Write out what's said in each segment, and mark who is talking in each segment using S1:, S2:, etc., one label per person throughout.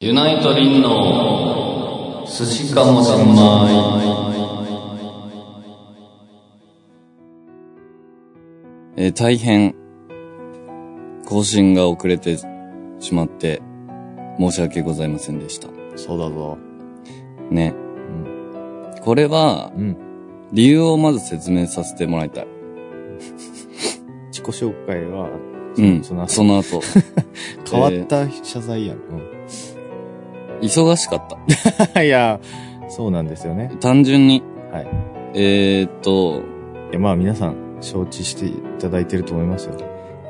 S1: ユナイトリンの寿司かもしんまい。えー大変、更新が遅れてしまって、申し訳ございませんでした。
S2: そうだぞ。
S1: ね。
S2: うん。
S1: これは、
S2: うん。
S1: 理由をまず説明させてもらいたい。
S2: 自己紹介は、
S1: うん。
S2: その
S1: その 後。
S2: 変わった謝罪やん。うん。
S1: 忙しかった。
S2: いや、そうなんですよね。
S1: 単純に。
S2: はい。
S1: えー、っと、
S2: いや、まあ皆さん、承知していただいてると思いますよ。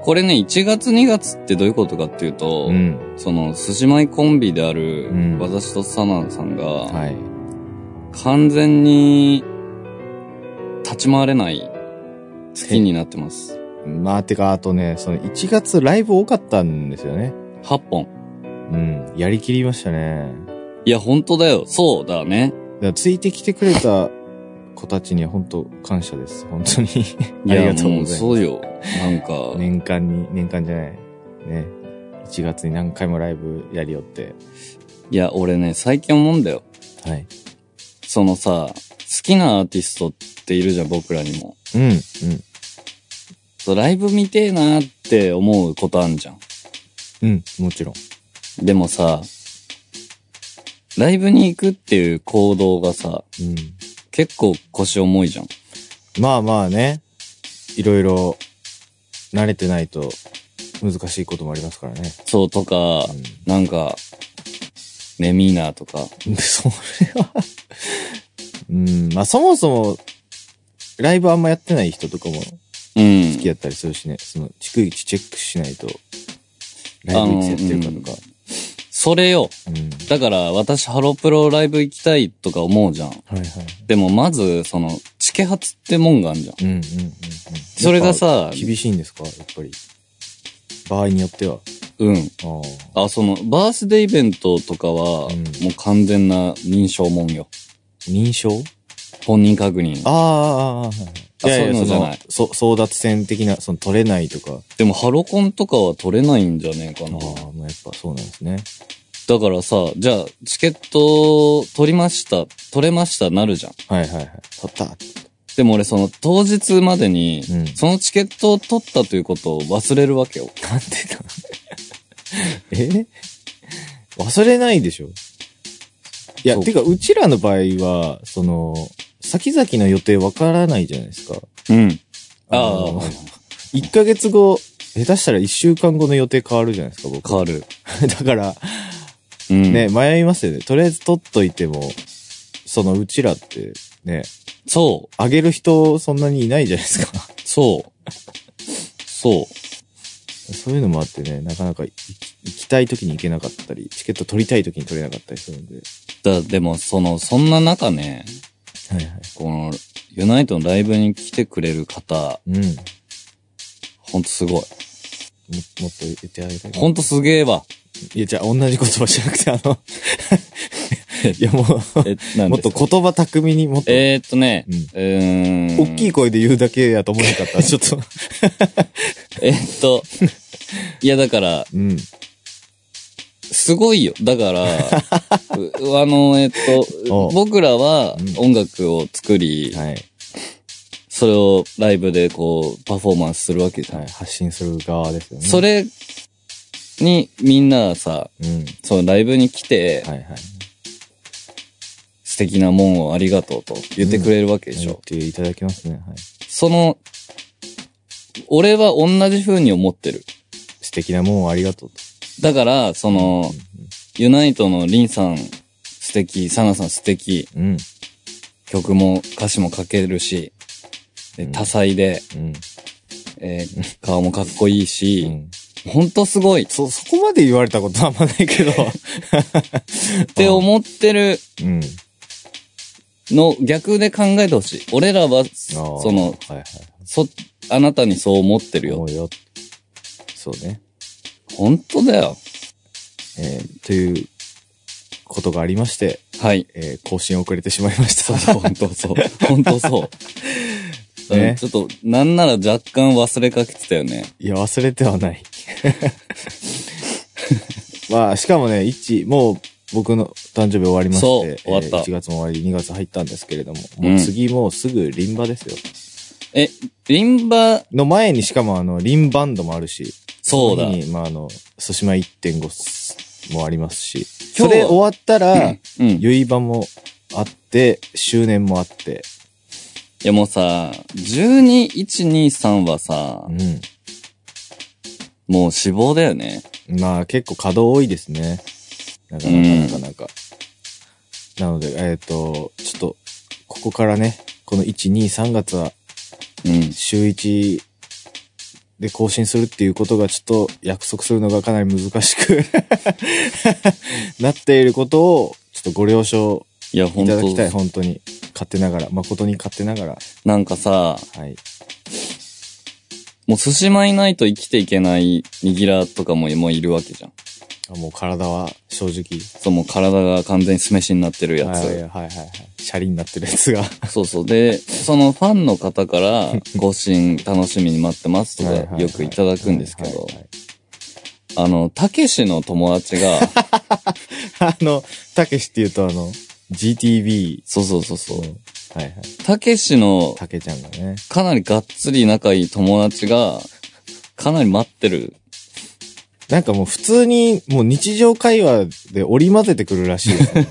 S1: これね、1月2月ってどういうことかっていうと、
S2: うん。
S1: その、寿司舞コンビである、
S2: うん
S1: 私とサナさんが、
S2: はい。
S1: 完全に、立ち回れない月になってます。
S2: まあ、てか、あとね、その1月ライブ多かったんですよね。
S1: 8本。
S2: うん。やりきりましたね。
S1: いや、本当だよ。そうだね。
S2: だからついてきてくれた子たちには本当感謝です。本 当に。ありがとうございます。
S1: やもそうよ。なんか、
S2: 年間に、年間じゃない。ね。1月に何回もライブやりよって。
S1: いや、俺ね、最近思うんだよ。
S2: はい。
S1: そのさ、好きなアーティストっているじゃん、僕らにも。
S2: うん、うん。
S1: そうライブ見てえなって思うことあんじゃん。
S2: うん、もちろん。
S1: でもさ、ライブに行くっていう行動がさ、
S2: うん。
S1: 結構腰重いじゃん。
S2: まあまあね。いろいろ、慣れてないと、難しいこともありますからね。
S1: そうとか、なんか、ね、ミーナーとか。
S2: うん。それは。うん。まあそもそも、ライブあんまやってない人とかも
S1: うん。
S2: 好きやったりするしね。その、逐一チェックしないと、ライブいつやってるかとか。
S1: それよ。
S2: うん。
S1: だから、私、ハロプロライブ行きたいとか思うじゃん。
S2: はいはい。
S1: でも、まず、その、チケ発ってもんがあんじゃん。
S2: うんうんうんうん。
S1: それがさ、
S2: 厳しいんですかやっぱり。場合によっては。
S1: うん。
S2: あー
S1: あ、その、バースデーイベントとかは、
S2: うん
S1: もう完全な認証もんよ。
S2: 認証
S1: 本人確認。
S2: あーあー、あーあー、
S1: あそういうのじゃない
S2: そのそ争奪戦的な、その取れないとか。
S1: でも、ハロコンとかは取れないんじゃねえか
S2: ああ、
S1: な。
S2: もうやっぱそうなんですね。
S1: だからさ、じゃあ、チケット取りました、取れました、なるじゃん。
S2: はいはいはい。取った。
S1: でも俺その当日までに
S2: うん、
S1: そのチケットを取ったということを忘れるわけよ。
S2: なんでだえ 忘れないでしょいや、
S1: そう
S2: てか、うちらの場合は、その、先々の予定わからないじゃないですか。
S1: うん。あ
S2: あ
S1: あ
S2: の、1ヶ月後、下手したら1週間後の予定変わるじゃないですか、僕。
S1: 変わる。
S2: だから、
S1: うん。
S2: ね、迷いますよね。とりあえず取っといても、そのうちらって、ね、
S1: そ
S2: あげる人そんなにいないじゃないですか。
S1: う。そう。そう。
S2: そういうのもあってね、なかなかい行きたい時に行けなかったり、チケット取りたい時に取れなかったりするんで。
S1: だ、でもその、そんな中ね、
S2: はいはい。
S1: この、ユナイトのライブに来てくれる方、
S2: うん。も
S1: ほんとすごい。
S2: もっと言ってあげたい。
S1: ほんとすげえわ。、
S2: いや、じゃあ同じ言葉じゃなくて、あのいやもう、
S1: え、なん
S2: もっ
S1: ですか
S2: と言葉巧みにもっと、
S1: えー、っとね、
S2: うん
S1: うーん。
S2: 大きい声で言うだけやと思わなかった。ちょっと。
S1: えーっと、いやだから、
S2: うん。
S1: すごいよ。だ から、うあの、えっと
S2: お、
S1: 僕らは
S2: うん
S1: 音楽を作り、
S2: はい。
S1: それをライブでこう、パフォーマンスするわけじゃん。
S2: はい。発信する側ですよね。
S1: それに、みんなさ、
S2: うん。
S1: そのライブに来て、
S2: はいはい。
S1: 素敵なもんをありがとうと言ってくれるわけでしょ。
S2: 言っていただきますね。はい。
S1: その、俺は同じ風に思ってる。
S2: 素敵なもんをありがとうと。
S1: だから、その、ユナイトのリンさん素敵、サナさん素敵、
S2: うん。うん。
S1: 曲も歌詞も書けるし、で
S2: うん
S1: 多彩で、
S2: うん。
S1: えー顔もかっこいいし
S2: う、ん
S1: ほんとすごいっ
S2: そ、そこまで言われたことあんまないけど。
S1: て思 ってる
S2: うん。
S1: の逆で考えてほしい。俺らは、
S2: ああ
S1: その、
S2: はいは
S1: そ、あなたにそう思ってる
S2: い。思
S1: よ。
S2: うよ。そうね。
S1: ほんとだよ。
S2: えー、ということがありまして、
S1: はい。
S2: えー、更新遅れてしまいました。
S1: ほんと そう。ほんとそう。
S2: ね
S1: うんちょっと、なんなら若干忘れかけてたよね。
S2: いや、忘れてはない。は、しかもね、一、もう僕の誕生日終わりまして、
S1: そう
S2: えー
S1: 終わった
S2: 1月も終わり、2月入ったんですけれども、
S1: う
S2: も
S1: ん
S2: う次もうすぐリンバですよ。
S1: え、リンバ、
S2: の前にしかもあの、リンバンドもあるし、
S1: そうだ
S2: の。日に、まああの、寿司米1.5もありますし、
S1: 今
S2: そ
S1: 日は
S2: れ終わったら、
S1: うん。い
S2: ゆいばもあって、周年もあって、
S1: やもうさ、12、1、2、3はさ
S2: う、ん。
S1: もう死亡だよね。
S2: まあ結構稼働多いですね。なかなかなかなか。なので、えっ、と、ちょっと、ここからね、この1、2、3月は
S1: うん。
S2: 週1で更新するっていうことがちょっと約束するのがかなり難しく なっていることを、ちょっとご了承
S1: いや、
S2: い
S1: 本
S2: ただきたい、
S1: 当
S2: 本当に。勝手ながら、誠に勝手ながら、
S1: なんかさ、
S2: はい。
S1: もう寿司米ないと生きていけないニギラとかももういるわけじゃん。
S2: あもう体は正直、
S1: そう、もう体が完全に酢飯になってるや
S2: はいはい
S1: つ。
S2: はいはい。シャリになってるやつ が。は
S1: そうそう。で、そのファンの方 から、ご支援楽しみに待ってますと
S2: いはいは
S1: か、
S2: い
S1: よくいただくんですけど
S2: はいはい、はい
S1: あの、たけしの友達 が、
S2: あの、たけしって言うとあの、GTB
S1: そうそうそうそう
S2: の。、はいはい。
S1: たけしの
S2: たけちゃんがね。
S1: かなりがっつり仲いい友達が、かなり待ってる。
S2: なんかもう普通に、もう日常会話で織り交ぜてくるらしい よね。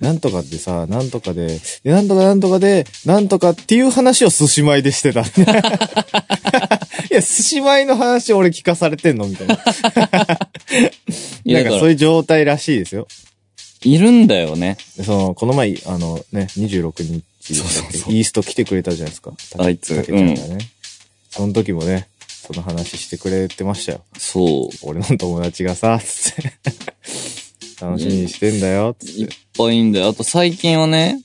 S2: なんとかってさ、なんとかで、で、なんとかなんとかで、なんとかっていう話を寿司米でしてた。い や、寿司米の話俺聞かされてんのみたいな。
S1: いや、
S2: なん
S1: だ
S2: か
S1: か
S2: そう
S1: ら、
S2: いう状態らしいですよ。
S1: いるんだよね。
S2: でその、この前、あのね、26日
S1: そうそうそう
S2: イースト来てくれたじゃないですか。
S1: あいつ
S2: たけちゃんがね。その時もね、その話してくれてましたよ。
S1: そう。
S2: 俺の友達がさ、つ って。楽しみにしてんだよ、つ
S1: い
S2: っ。
S1: ってぱいいんだよ。あと最近はね、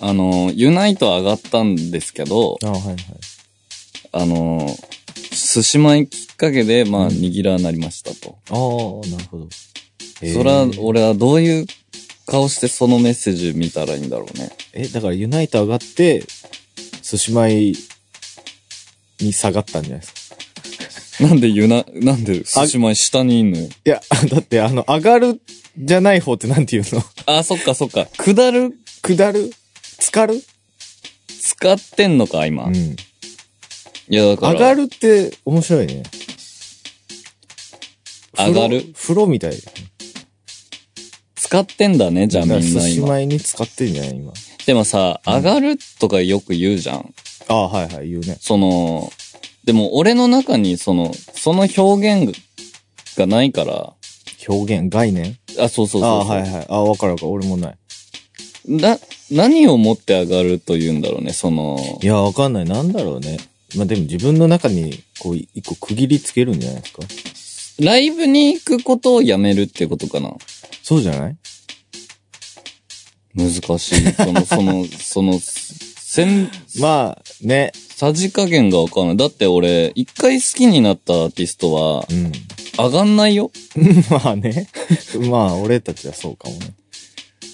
S1: あの、ユナイト上がったんですけど、
S2: あはいはい。
S1: あの、寿司米きっかけで、まあ、
S2: うん
S1: 握らなりましたと。
S2: ああ、なるほど。
S1: そら、
S2: えー
S1: 俺はどういう顔してそのメッセージ見たらいいんだろうね。
S2: え、だからユナイト上がって、寿司米に下がったんじゃないですか。
S1: なんでユナ、なんで寿司米下にいんのよ。
S2: いや、 だってあの、上がるじゃない方ってなんて言うの
S1: あ、そっかそっか。下る
S2: 下る浸かる
S1: 使ってんのか、今。
S2: う
S1: い
S2: ん。
S1: や、だから。
S2: 上がるって面白いね。
S1: 上がる
S2: 風呂みたい。
S1: 使ってんだね、じゃあみ
S2: だから
S1: ん
S2: 寿
S1: な
S2: 司
S1: 今。
S2: 米に使ってんじゃない今。
S1: でもさ、
S2: うん
S1: 上がるとかよく言うじゃん。
S2: ああ、はいはい、言うね。
S1: その、でも俺の中にその、その表現がないから、
S2: 表現、概念
S1: あ、そうそうそうそう。
S2: ああ、はいはい。ああ、わかるわかる。俺もない。
S1: な、何を持って上がるというんだろうね、その、
S2: いや、わかんない。なんだろうね。まあでも自分の中に、こう、一個区切りつけるんじゃないですか
S1: ライブに行くことをやめるってことかな。
S2: そうじゃない
S1: 難しい。そ の、その、その、せん、
S2: まあ、ね。
S1: さじ加減がわかんない。だって俺、一回好きになったアーティストは、
S2: うん。
S1: 上がんないよ。
S2: ま あね。まあ、俺たちはそうかもね。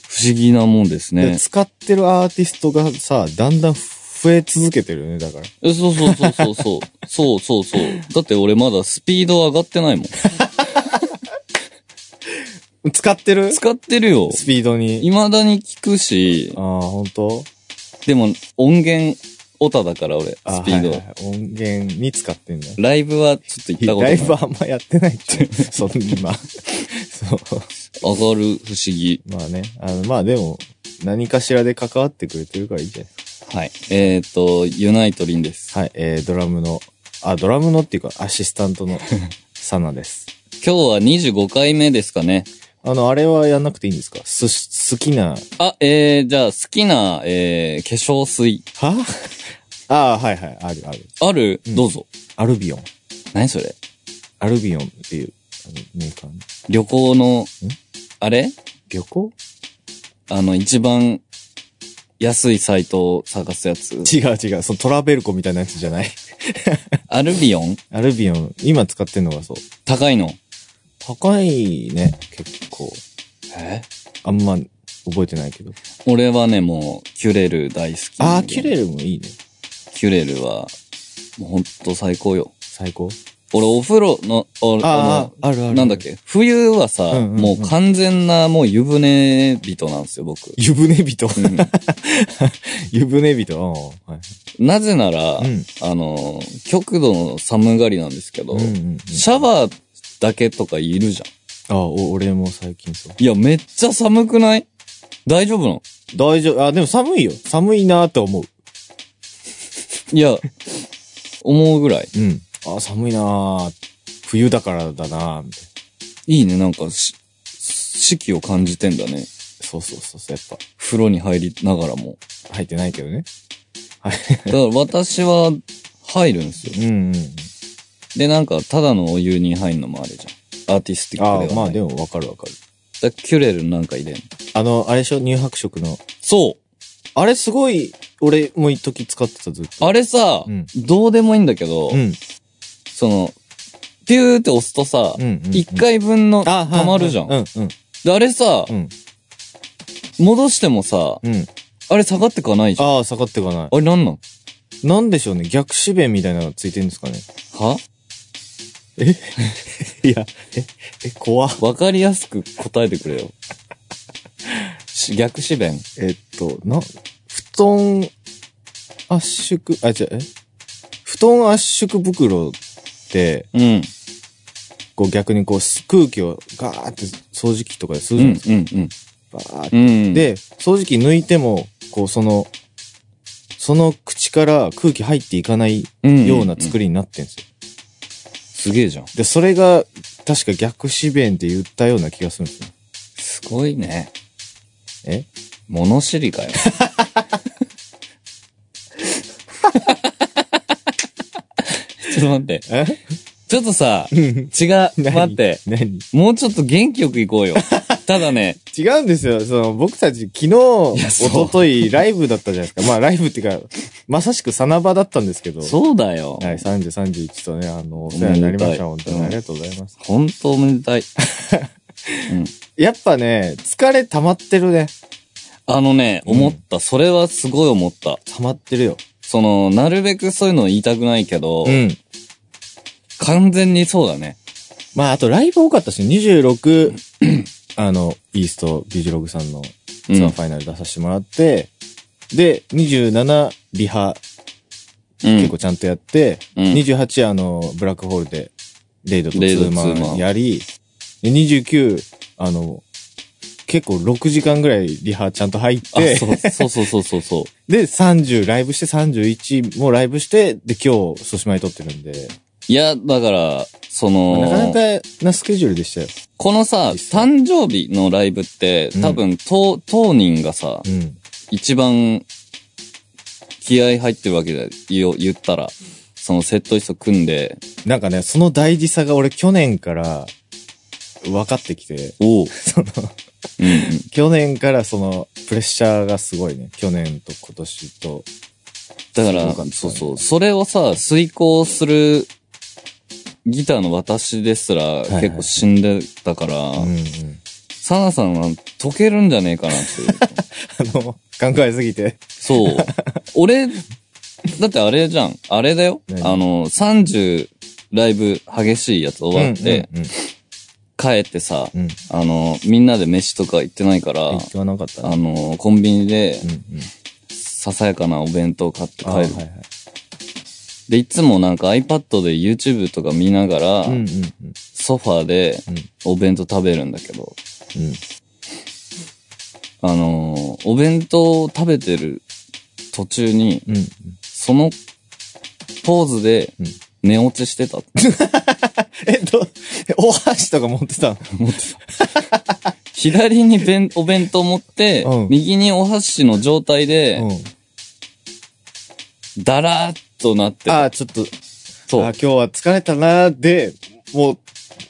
S1: 不思議なもんです
S2: で
S1: ね。
S2: 使ってるアーティストがさ、だんだん増え続けてるよね、だから。
S1: えそうそうそうそう そう。そうそうそう。だって俺まだスピード上がってないもん。
S2: 使ってる
S1: 使ってるよ。
S2: スピードに。
S1: 未だに聞くし
S2: あ、あ、本当
S1: でも音源オタだから俺、ス
S2: あ
S1: ピード。
S2: はいはいはい音源に使ってんだ。
S1: ライブはちょっと行ったことな
S2: ラ
S1: い。
S2: イブはあんまやってないって。 そん な。そう。
S1: 上がる不思議。
S2: まあね。あの、まあでも、何かしらで関わってくれてるからいいじゃないです
S1: はい。えっ、と、ユナイトリンです。
S2: か。はい。えー、ドラムの、あ、ドラムのっていうか、アシスタ ントのサナです。
S1: 今日は25回目ですかね。
S2: あの、あれはやんなくていいんですかす、好きな、
S1: あ、えー、じゃあ好きな、えー、化粧水。
S2: は ああ、はいはい、あるある。
S1: ある、
S2: うん
S1: どうぞ。
S2: アルビオン。
S1: 何それ
S2: アルビオンっていう、あの、メーカーね。
S1: 旅行の、あれ
S2: 旅行
S1: あの、一番安いサイトを探すやつ。
S2: 違う違う、そのトラベルコみたいなやつじゃない。
S1: アルビオン
S2: アルビオン、今使ってんのがそう。
S1: 高いの。
S2: 高いね、結構。
S1: え
S2: あんま覚えてないけど。
S1: 俺はね、もう、キュレル大好き。
S2: ああ、キュレルもいいね。
S1: キュレルは、もうほんと最高よ。
S2: 最高。
S1: 俺お風呂の、お
S2: ああ、あるあ
S1: あ
S2: る。
S1: のなんだっけ冬はさ、
S2: うんうんうん
S1: もう完全なもう湯船人なんですよ、僕。
S2: 湯船人。
S1: うん
S2: 湯船人。うんはい
S1: なぜなら、
S2: うん
S1: あの、極度の寒がりなんですけど、
S2: うんうんうん
S1: シャワーだけとかいるじゃん。
S2: あ、お俺も最近そう。
S1: いや、めっちゃ寒くない大丈夫なの
S2: 大丈夫。あ、でも寒いよ。寒いなと思う。
S1: いや、思うぐらい。
S2: うん。あ、寒いなー冬だからだなーみたいな。
S1: いいね、なんかし、四季を感じてんだね。
S2: そうそうそうそう。やっ
S1: 風呂に入りながらも。
S2: ぱ、入ってないけどね。
S1: だから私は入るんですよ。
S2: うんうん。
S1: で、なんか、ただのお湯に入るのもあれじゃん。アーティスティッ
S2: あ
S1: クではない。
S2: まあで
S1: も。
S2: もわかるわかる。
S1: キュレルなんか入れん。
S2: あの、あれでしょ乳白色の。
S1: そ
S2: あれすごい、俺も一時使ってたずっ
S1: う
S2: と。
S1: あれさ、
S2: うん
S1: どうでもいいんだけど、
S2: うん。
S1: その、ピューって押すとさ
S2: う、ん。
S1: 一、回分の溜
S2: あ、
S1: まるじゃん。
S2: うんうん。
S1: で、あれさ、
S2: うん。
S1: 戻してもさ、
S2: うん。
S1: あれ下がってかないじゃん。あ
S2: ああ、下がっていかない。
S1: れなんなん
S2: なんでしょうね。逆指弁みたいなのついてるんですかね。
S1: はい
S2: や、え、え、怖っ
S1: わかりやすく答えてくれ よ。し逆指弁。
S2: えっと、な、布団圧縮、あ、違う、え布団圧縮袋って、
S1: うん。
S2: こう逆にこうす空気をガーって掃除機とかで吸う
S1: う
S2: じゃない
S1: ん
S2: です、
S1: うん、うん。
S2: か。バーって
S1: うん。、
S2: で、掃除機抜いても、こうその、その口から空気入っていかないような作
S1: り。
S2: りになってるんですよ。
S1: すげえじゃん。
S2: で、それが、確か逆四弁って言ったような気がするんですよ。
S1: すごいね。
S2: え
S1: 物知りかよ。 ちょっと待って。
S2: え
S1: ちょっとさ、違う。
S2: 何
S1: 待って。
S2: 何
S1: もうちょっと元気よく行こうよ。ただ ね、
S2: 違うんですよ。その、僕たち昨日、
S1: いやそう
S2: 一昨日ライブだったじゃないですか。まあ、ライブっていうか、まさしくサナバだったんですけど。
S1: そうだよ。
S2: はい、30、31とね、あの、お世話になりました。
S1: お
S2: 本
S1: めでた
S2: 当
S1: い
S2: にありがとうございます。
S1: ほんとおめでたい。
S2: やっぱね、疲れ溜まってるね。
S1: あのね、
S2: うん
S1: 思った。それはすごい思った。
S2: 溜まってるよ。
S1: その、なるべくそういうの言いたくないけど、
S2: うん。
S1: 完全にそうだね。
S2: まあ、あとライブ多かったし、26、あの、イーストビジログさんのツ
S1: う
S2: アー
S1: ん。
S2: ファイナル出させてもらって、で、27、リハ、
S1: うん
S2: 結構ちゃんとやって、
S1: うん
S2: 28あの、ブラックホールで、レイドとツ
S1: レイド
S2: ーマ
S1: ツーマ
S2: ン
S1: ン
S2: やり、で29、あの、結構6時間ぐらいリハちゃんと入っ
S1: あ
S2: て、
S1: そうそうそうそうそう。
S2: で、30ライブして、31もライブして、で、今日、ソシマイ撮ってるんで、
S1: いや、だから、そ
S2: なかな
S1: の、
S2: かなスケジュールでしたよ。
S1: このさ、
S2: 実際
S1: 誕生日のライブって、多分、当当人がさ、
S2: うん。
S1: 一番、気合入ってるわけだよ、言ったら。そのセットリスト組んで、
S2: なんかね、その大事さが俺去年から、分かってきて、
S1: おう。
S2: その、
S1: うんうん、
S2: 去年からその、プレッシャーがすごいね。去年と今年と。
S1: だから、
S2: すごかったね
S1: そうそう。それをさ、遂行する、ギターの私ですら、
S2: いはい
S1: 結構死んでたから、
S2: うんうん。
S1: サナさんは溶けるんじゃねえかなって いう。
S2: あの、考えすぎて。
S1: そう。俺、だってあれじゃん。あれだよ。
S2: 何
S1: あの、30ライブ激しいやつ終わって、
S2: うんうん
S1: 帰ってさ、
S2: うん。うん。
S1: あの、みんなで飯とか行ってないから、
S2: 行かなかった
S1: あ
S2: ね。
S1: の、コンビニで
S2: う、んうん。
S1: ささやかなお弁当買って
S2: あはい
S1: 帰
S2: は
S1: る。
S2: い。
S1: で、いつもなんか iPad で YouTube とか見ながら、
S2: うんうんうん。
S1: ソファーでお弁当食べるんだけど、
S2: うん。
S1: あの、お弁当を食べてる途中に、
S2: うん。
S1: そのポーズで
S2: うん
S1: 寝落ちしてた。
S2: えっ と、お箸とか持ってたの
S1: 左に弁 お弁当持って、
S2: うん
S1: 右にお箸の状態で、
S2: うん。
S1: だらーっとなってた。
S2: あ、ちょっと、
S1: そ
S2: あ、今
S1: う。
S2: 日は疲れたなーで、もう、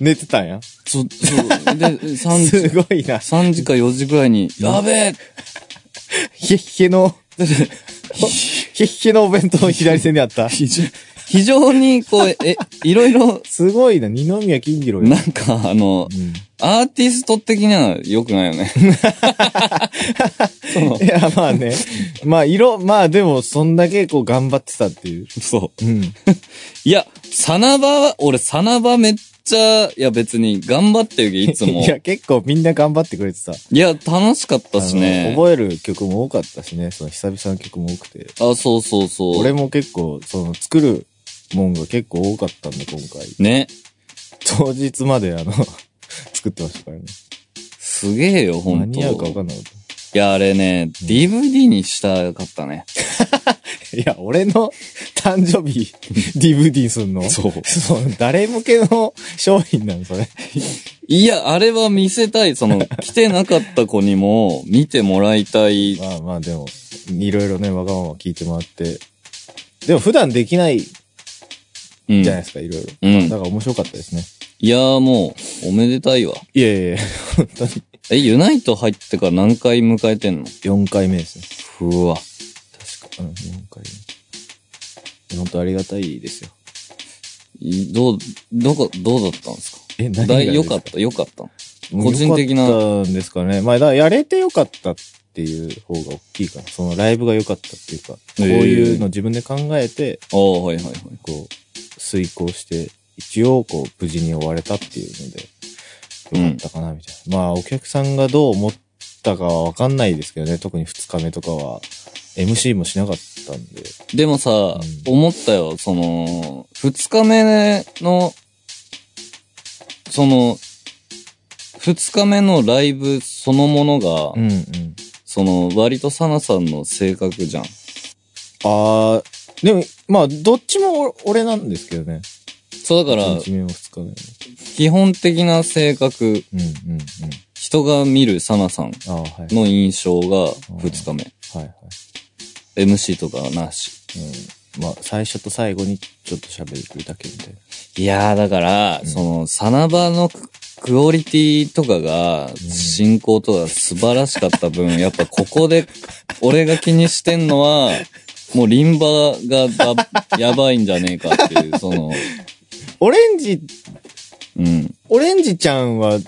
S2: 寝てたんや。
S1: そそう。で、3
S2: す
S1: 時、
S2: ごい な。
S1: 3時か4時くらいに、やべえ
S2: ひっひの、ひっひのお弁当左手にあった。
S1: 非常にこう、え、いろいろ、
S2: すごいな、二宮金次郎よ。
S1: なんかあの、
S2: うん
S1: アーティスト的には良くないよね。 その
S2: いや、まあね。まあ、色、まあでも、そんだけこう頑張ってたっていう。
S1: そう。
S2: うん。
S1: いや、サナバは、俺サナバめっちゃ、いや別に頑張ってるけどいつも。 い
S2: い
S1: や、
S2: や、結構みんな頑張ってくれてた。
S1: 楽しかったし
S2: あの
S1: ね。
S2: 覚える曲も多かったしね、その久々の曲も多くて。
S1: あ、そうそうそう。
S2: 俺も結構、その作るもんが結構多かったんで、今回。
S1: ね。
S2: 当日まであの、 作ってましたからね。
S1: すげえよ、ほんと。
S2: 間に合うかわかんなかっ
S1: いや、あれね、DVD にしたかったね。
S2: た。いや、俺の誕 生日、DVD すんの
S1: そう。
S2: そう、誰向けの商品なの、それ。
S1: いや、あれは見せたい。その、来てなかった子にも見てもらいたい。
S2: まあまあでも、いろいろね、わがまま聞いてもらって。でも普段できないじ
S1: うん。
S2: ゃないですか、いろいろ。
S1: うん。
S2: だから面白かったですね。
S1: いやーもう、おめでたいわ。
S2: いやいやいや、本当に。
S1: え、ユナイト入ってから何回迎えてんの
S2: 4回目ですね。
S1: うわ。
S2: 確か。うん、4回目。本当ありがたいですよ。
S1: いどう、どこ、どうだったんですか
S2: え、何
S1: だい良かった、良かった。
S2: うん
S1: 個人的な
S2: 良かったんですかね。まあ、だからやれてよかったっていう方が大きいかな。そのライブが良かったっていうか、こういうの自分で考えて、
S1: ああ、はいはいはい。
S2: こう、遂行して、一応、こう、無事に終われたっていうので、
S1: うん
S2: 良かったかな、みたいな。まあ、お客さんがどう思ったかはわかんないですけどね、特に2日目とかは、MC もしなかったんで。
S1: でもさ、
S2: ん
S1: 思ったよ、その、二日目の、その、二日目のライブそのものが、
S2: うんうん。
S1: その、割とサナさんの性格じゃん。
S2: あー、でも、まあ、どっちもお俺なんですけどね。
S1: そうだから、
S2: 1日目も2日目も。
S1: 基本的な性格、
S2: うんうんうん。
S1: 人が見るサナさん
S2: あー、はい。
S1: の印象が二日目。
S2: はいはい。
S1: MC とかはなし。
S2: うん。まあ、最初と最後にちょっと喋るだけみたいな。
S1: いやー、だから、
S2: うん
S1: その、サナバのククオリティとかが、進行とか素晴らしかった分、 やっぱここで、俺が気にしてんのは、もうリンバがだやばい んじゃねえかっていう、そ の、
S2: オレンジ、
S1: うん。
S2: オレンジちゃんは、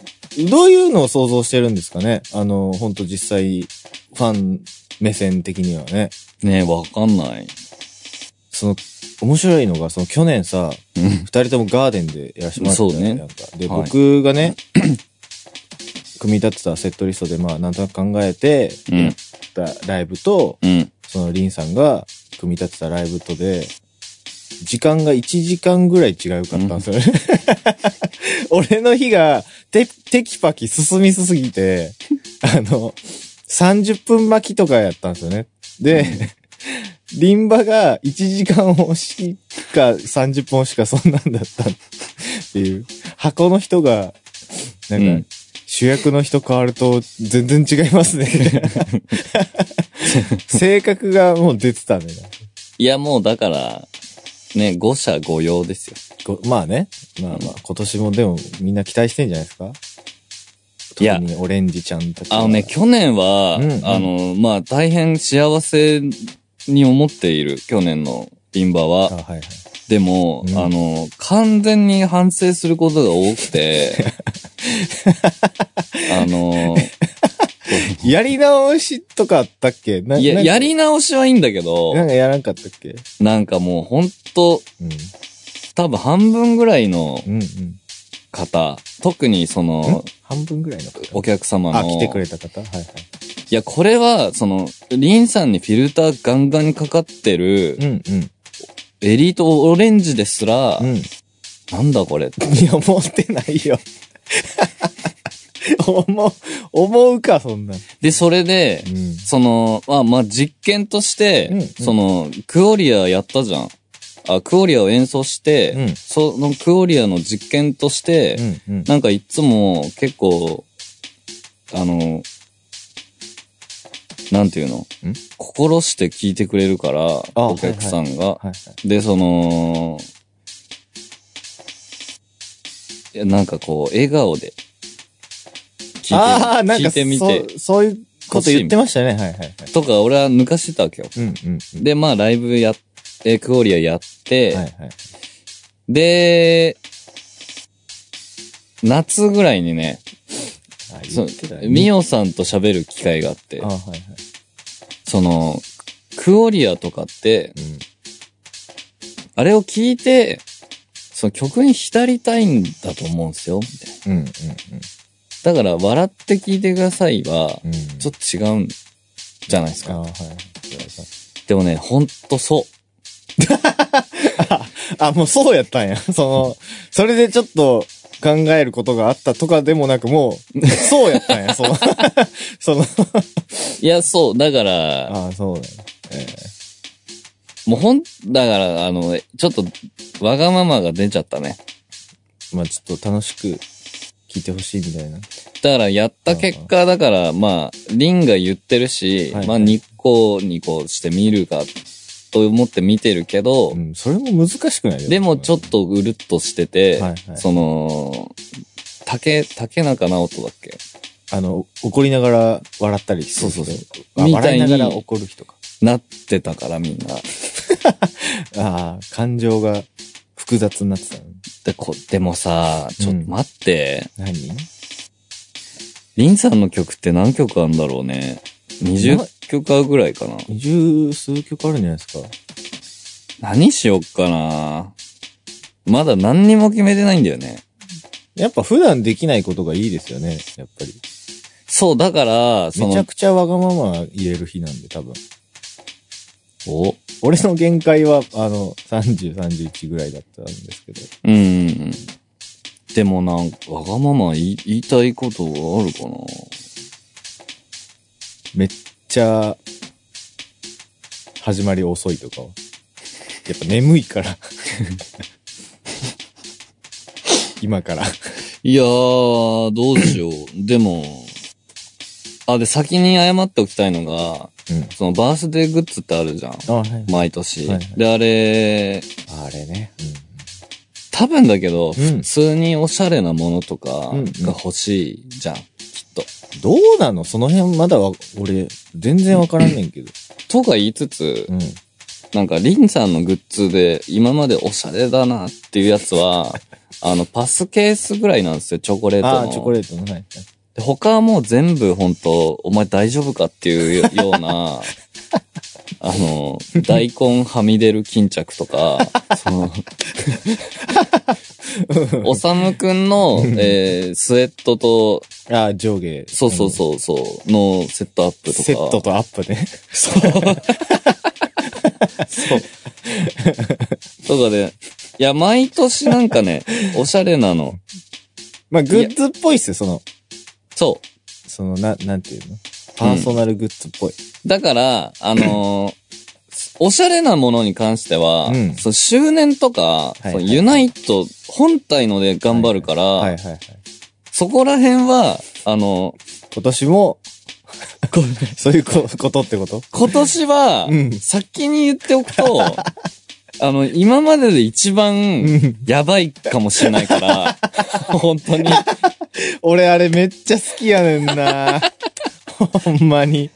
S2: どういうのを想像してるんですかねあの、ほんと実際、ファン目線的にはね。
S1: ねえ、わかんない。
S2: その、面白いのが、その去年さ、
S1: うん。
S2: 二人ともガーデンでやらせてもらったじ
S1: そ
S2: ゃない
S1: うね
S2: なんか。で、
S1: はい
S2: 僕がね、組み立てたセットリストで、まあ、なんとなく考えて、
S1: うん
S2: やったライブと、
S1: うん。
S2: その、リンさんが組み立てたライブとで、時間が1時間ぐらい違うかったんで すよね。俺の日が、て、テキパキ進みすすぎて、あの、30分巻きとかやったんですよね。で、リンバが1時間押しか30分押しかそんなんだったっていう。箱の人が、な
S1: うんん
S2: か、主役の人変わると全然違います ね。性格がもう出てたね。
S1: いや、もうだから、ね、五者五様ですよ。
S2: ごまあね。まあまあ、今年もでもみんな期待してんじゃないですか
S1: いや
S2: 特にオレンジちゃんたちは。
S1: あのね、去年は、
S2: うんうん
S1: あの、まあ、大変幸せに思っている、去年のリンバは
S2: あ、。はいはい。
S1: でも、
S2: うん
S1: あの、完全に反省することが多くて、 あの、
S2: やり直しとかあったっけない
S1: や、
S2: なんか
S1: やり直しはいいんだけど、
S2: なんかやらんかったっけ
S1: なんかもうほんと、
S2: うん。
S1: 多分半分ぐらいの
S2: うんうん。
S1: 方、特にその、
S2: 半分ぐらいの方
S1: お客様の、
S2: あ、来てくれた方はいはい。
S1: いや、これは、その、リンさんにフィルターガンガンにかかってる、
S2: うんうん。
S1: エリートオレンジですら、
S2: うん。
S1: なんだこれって。
S2: いや、思ってないよ。 思う、思うか、そんな。
S1: で、それで、
S2: ん。
S1: その、まあまあ実験として、
S2: うんうん
S1: その、クオリアやったじゃん。あ、クオリアを演奏して、
S2: うん
S1: そのクオリアの実験として、
S2: うんうん。
S1: なんかいつも結構、あの、なんていうの心して聞いてくれるから、
S2: あ
S1: お客さんが。
S2: はいはい。
S1: で、その、いやなんかこう、笑顔で聞いて、
S2: ああ、なん
S1: 聞
S2: か
S1: いてみて、
S2: そう、そういうこと言ってましたね。はいはいはい。
S1: とか俺は抜かしてたわけよ。
S2: うんうん。
S1: で、まあ、ライブやっエクオリアやって、
S2: はいはい。
S1: で、夏ぐらいにね、
S2: あ
S1: そ
S2: 言
S1: う
S2: ってた、
S1: ミ
S2: よ
S1: オさんと喋る機会があって
S2: あ、はいはい。
S1: その、クオリアとかって、
S2: うん。
S1: あれを聞いて、その曲に浸りたいんだと思うんですよ、みたい
S2: うんうん
S1: な。だから、笑って聞いてくださいは、
S2: うん。うん。
S1: ちょっと違うんじゃないです
S2: あ
S1: か。
S2: はい。
S1: でもね、ほんとそう。
S2: あ、もうそうやったんや。 その、それでちょっと考えることがあったとかでもなく、もう、そうやったんや。その、 その、
S1: いや、そう、だから、
S2: あそうだよ。え
S1: もうほん、だから、あの、ちょっと、わがままが出ちゃったね。
S2: えまあちょっと楽しく聞いてほしいみたいな。
S1: だから、やった結果、だから、まあ、リンが言ってるし、
S2: はい
S1: まあ、ニッコニコして見るか、と思って見てるけど
S2: う、ん、それも難しくない
S1: でも、ちょっ
S2: と、
S1: とうるっとしてて、
S2: はいはい
S1: その、竹、竹中直人だっけ
S2: あの、怒りながら笑ったりする
S1: そ
S2: 人
S1: うそう
S2: あ
S1: みた
S2: 笑
S1: い
S2: い
S1: に
S2: ながら怒る人か。
S1: なってたから、みんな。
S2: ああ、感情が複雑になってたのね
S1: で、こ、でもさ、ちょっと待って、
S2: 何
S1: リンさんの曲って何曲あるんだろうね。20曲あるぐらいかな。
S2: 二十数曲あるんじゃないですか。
S1: 何しよっかなまだ何にも決めてないんだよね。
S2: やっぱ普段できないことがいいですよね、やっぱり。
S1: そう、だから、そ
S2: めちゃ
S1: の、
S2: くちゃわがまま言える日なんで、多分。
S1: お
S2: 俺の限界は、あの、30、31ぐらいだったんですけど。
S1: うんうんうん。でもなんか、わがまま言い言いたいことがあるかな
S2: めっちゃ、始まり遅いとかは。やっぱ眠いから。 今から。
S1: いやー、どうし よう。でも、あ、で、先に謝っておきたいのが、
S2: うん。
S1: そのバースデーグッズってあるじゃん。
S2: あ、はい。
S1: 毎年。
S2: はいはい
S1: で、あれ、
S2: あれね。
S1: 多分だけど、
S2: ん
S1: 普通におしゃれなものとかが
S2: うんうん
S1: 欲しいじゃん、きっと。
S2: どうなのその辺まだわ、俺、全然わからんねんけど。
S1: とか言いつつ、
S2: うん。
S1: なんか、リンさんのグッズで、今までおしゃれだなっていうやつ は、あの、パスケースぐらいなんですよ、チョコレートの。
S2: ああ、チョコレートの、はい。
S1: で他はもう全部本当お前大丈夫かっていうよような、 あの、大根はみ出る巾着とか、そ の、おさむくんの、えースウェットと、
S2: ああ、上下。
S1: そうそうそうそう、のセットアップとか。
S2: セットとアップ ね。
S1: そう。とかで、いや、毎年なんかね、おしゃれなの。
S2: まあ、グッズっぽいっすよ、その、
S1: そ
S2: その、な、なんていうのパーソナルグッズっぽい。
S1: う。だから、あのーおしゃれなものに関しては、
S2: うん
S1: その周年とか、
S2: いはい
S1: そのユナイト本体ので頑張るから、
S2: はいはいはい。
S1: そこら辺は、あの、
S2: 今年も、 そういうこことってこと
S1: 今年は、
S2: うん
S1: 先に言っておく と、あの、今までで一番、
S2: ん。
S1: やばいかもしれない から、本当に。
S2: 俺あれめっちゃ好きやねんな。ほんまに。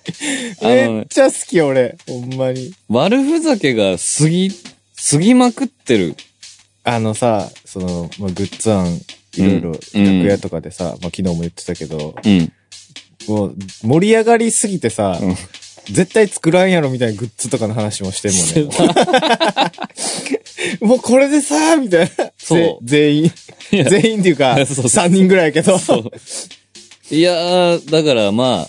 S2: めっちゃ好き俺。ほんまに。
S1: 悪ふざけが過ぎ、過ぎまくってる。
S2: あのさ、その、まあ、グッズ案、いろいろ
S1: うんうん
S2: 楽屋とかでさ、まあ、昨日も言ってたけど、
S1: うん。
S2: もう盛り上がりすぎてさ、
S1: うん
S2: 絶対作らんやろみたいなグッズとかの話もしてんもんね。 もうこれでさ、みたいな。
S1: そう
S2: ぜ全員。
S1: いや
S2: 全員っていうか、
S1: そうそう
S2: 3人ぐらいやけど。
S1: そう いやー、だからまあ、